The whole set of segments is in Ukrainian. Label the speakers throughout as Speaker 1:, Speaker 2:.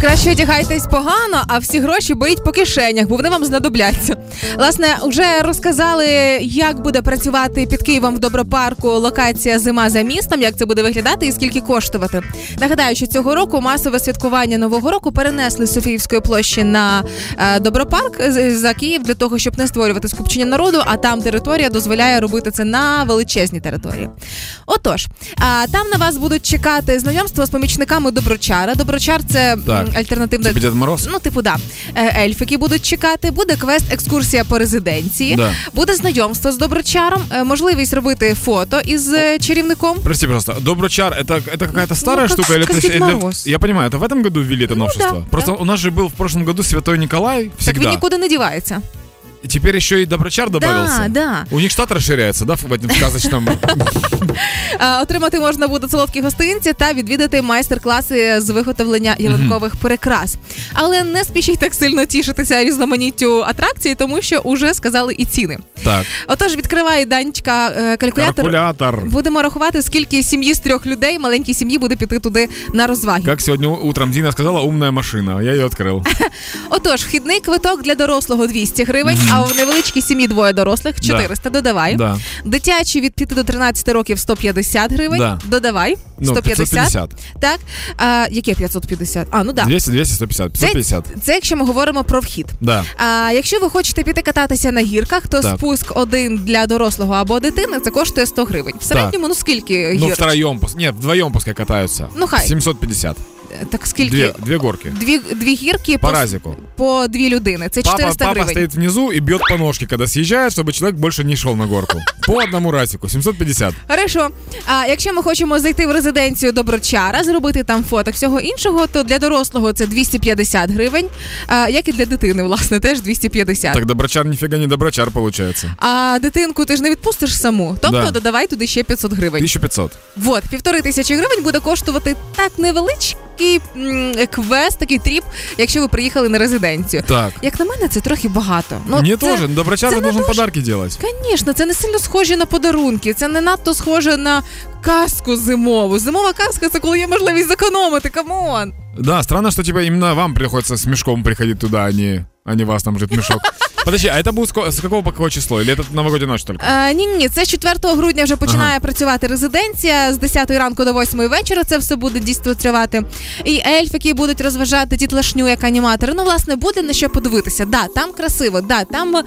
Speaker 1: краще одягайтесь погано, а всі гроші беріть по кишенях, бо вони вам знадобляться. Власне, вже розказали, як буде працювати під Києвом в добропарку локація зима за містом, як це буде виглядати і скільки коштувати. Нагадаю, що цього року масове святкування нового року перенесли з Софіївської площі на е, добропарк з- за Київ для того, щоб не створювати скупчення народу. А там територія дозволяє робити це на величезній території. Отож, а, там на вас будуть чекати знайомства з помічниками доброчара. Доброчар це
Speaker 2: Так.
Speaker 1: м, альтернативне.
Speaker 2: Це Дід Типа Мороз?
Speaker 1: Ну, типу, да. Е, Ельф, які будуть чекати, буде квест екскурсія по резиденції,
Speaker 2: Да.
Speaker 1: буде знайомство з доброчаром, е, можливість робити фото із е, чарівником.
Speaker 2: Прости, просто. Доброчар, это, это какая-то старая
Speaker 1: Ну, как-
Speaker 2: штука? Или
Speaker 1: как
Speaker 2: это-
Speaker 1: Дед
Speaker 2: или-
Speaker 1: Мороз.
Speaker 2: я понимаю, это в этом году ввели это
Speaker 1: Ну
Speaker 2: новшество.
Speaker 1: да,
Speaker 2: просто у нас же был в прошлом году Святой Николай
Speaker 1: Так він
Speaker 2: всегда.
Speaker 1: нікуди не дівається.
Speaker 2: И теперь еще и Доброчар добавился.
Speaker 1: Да, да.
Speaker 2: У них штат расширяется, да, в этом сказочном?
Speaker 1: Е, Отримати можна буде солодкі гостинці та відвідати майстер-класи з виготовлення ялинкових прикрас. Але не спішіть так сильно тішитися різноманіттю атракцій, тому що уже сказали і ціни.
Speaker 2: Так,
Speaker 1: Отож, відкриває данечка е, калькулятор.
Speaker 2: калькулятор.
Speaker 1: Будемо рахувати, скільки сім'ї з трьох людей, маленькій сім'ї, буде піти туди на розваги.
Speaker 2: Как сегодня утром Дина сказала, умная машина. а Я ее открыл.
Speaker 1: Отож, вхідний квиток для дорослого 200 гривень, а у невеличкій сім'ї двоє дорослих 400, додавай.
Speaker 2: Да.
Speaker 1: Дитячі від 5 до 13 років 150 гривень,
Speaker 2: Да.
Speaker 1: додавай.
Speaker 2: Ну,
Speaker 1: 150.
Speaker 2: 550.
Speaker 1: Так. А, яке 550? А, ну да.
Speaker 2: 200, 200, 150, 550.
Speaker 1: Це якщо ми говоримо про вхід.
Speaker 2: Да.
Speaker 1: А якщо ви хочете піти кататися на гірках, то
Speaker 2: Так.
Speaker 1: спуск один для дорослого або дитини це коштує 100 гривень. В середньому, ну скільки
Speaker 2: Ну,
Speaker 1: гір?
Speaker 2: втроем, пус- нет, вдвоем пускай катаются.
Speaker 1: Ну, хай.
Speaker 2: 750.
Speaker 1: Так скільки?
Speaker 2: Две, две горки.
Speaker 1: Дві, дві гірки
Speaker 2: По
Speaker 1: по,
Speaker 2: разику.
Speaker 1: по дві людини. Це
Speaker 2: Папа,
Speaker 1: 400
Speaker 2: папа
Speaker 1: гривень.
Speaker 2: стоит внизу и бьет по ножке, когда съезжает, чтобы человек больше не шел на горку. По одному разику. 750.
Speaker 1: Хорошо. А якщо ми хочемо зайти в резиденцію Доброчара, зробити там фото всього іншого, то для дорослого це 250 гривень, а, як і для дитини, власне, теж 250.
Speaker 2: Так доброчар нифига не доброчар получается.
Speaker 1: А дитинку ти ж не відпустиш саму, тобто
Speaker 2: Да.
Speaker 1: додавай туди ще 500 гривень.
Speaker 2: 1500.
Speaker 1: Вот, півтори тисячі гривень буде коштувати так невеличкий м, квест, такий тріп, якщо ви приїхали на резиденцію.
Speaker 2: Так.
Speaker 1: Як на мене, це трохи багато.
Speaker 2: Мне
Speaker 1: це-
Speaker 2: тоже. ну, Доброчар
Speaker 1: це
Speaker 2: же
Speaker 1: не
Speaker 2: должен
Speaker 1: дуже-
Speaker 2: подарки делать.
Speaker 1: Звісно, це не сильно схоже на подарунки, це не надто схоже на казку зимову. Зимова казка це коли є можливість зекономити. Камон.
Speaker 2: Да, странно, что типа именно вам приходится с мешком приходить туда, а не, а не вас там жит мешок. Подожди, а это будет ско- с какого по какое число? Или это новогодняя ночь только?
Speaker 1: Е, ні, ні, це з 4 грудня вже починає працювати резиденція з 10 ранку до 8 вечора. Це все буде дійство тривати. І ельф, які будуть розважати дітлашню як аніматори. Ну, власне, буде на що подивитися. Да, там красиво, да, там е,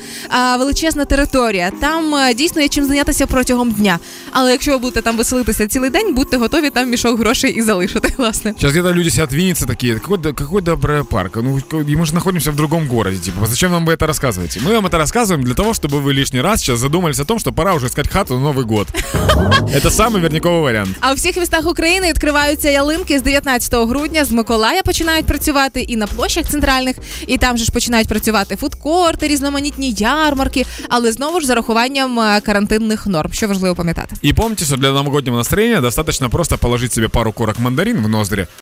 Speaker 1: величезна територія, там е, дійсно є чим зайнятися протягом дня. Але якщо ви будете там веселитися цілий день, будьте готові там мішок грошей і залишити, власне.
Speaker 2: Сейчас где-то люди сидят винятся такие, какой, до- какой добрый парк, ну, к- и мы же находимся в другом городе, типа, зачем нам вы это рассказываете? Мы вам это рассказываем для того, чтобы вы лишний раз сейчас задумались о том, что пора уже искать хату на Новый год. Это самый верняковый вариант.
Speaker 1: А у всіх містах України відкриваються ялинки з 19 грудня. З Миколая починають працювати і на площах центральних, і там же ж починають працювати фудкорти, різноманітні ярмарки, але знову ж з зарахуванням е, карантинних норм, що важливо пам'ятати.
Speaker 2: И помните, что для новогоднего настроения достаточно просто положить себе пару корок мандарин в ноздри,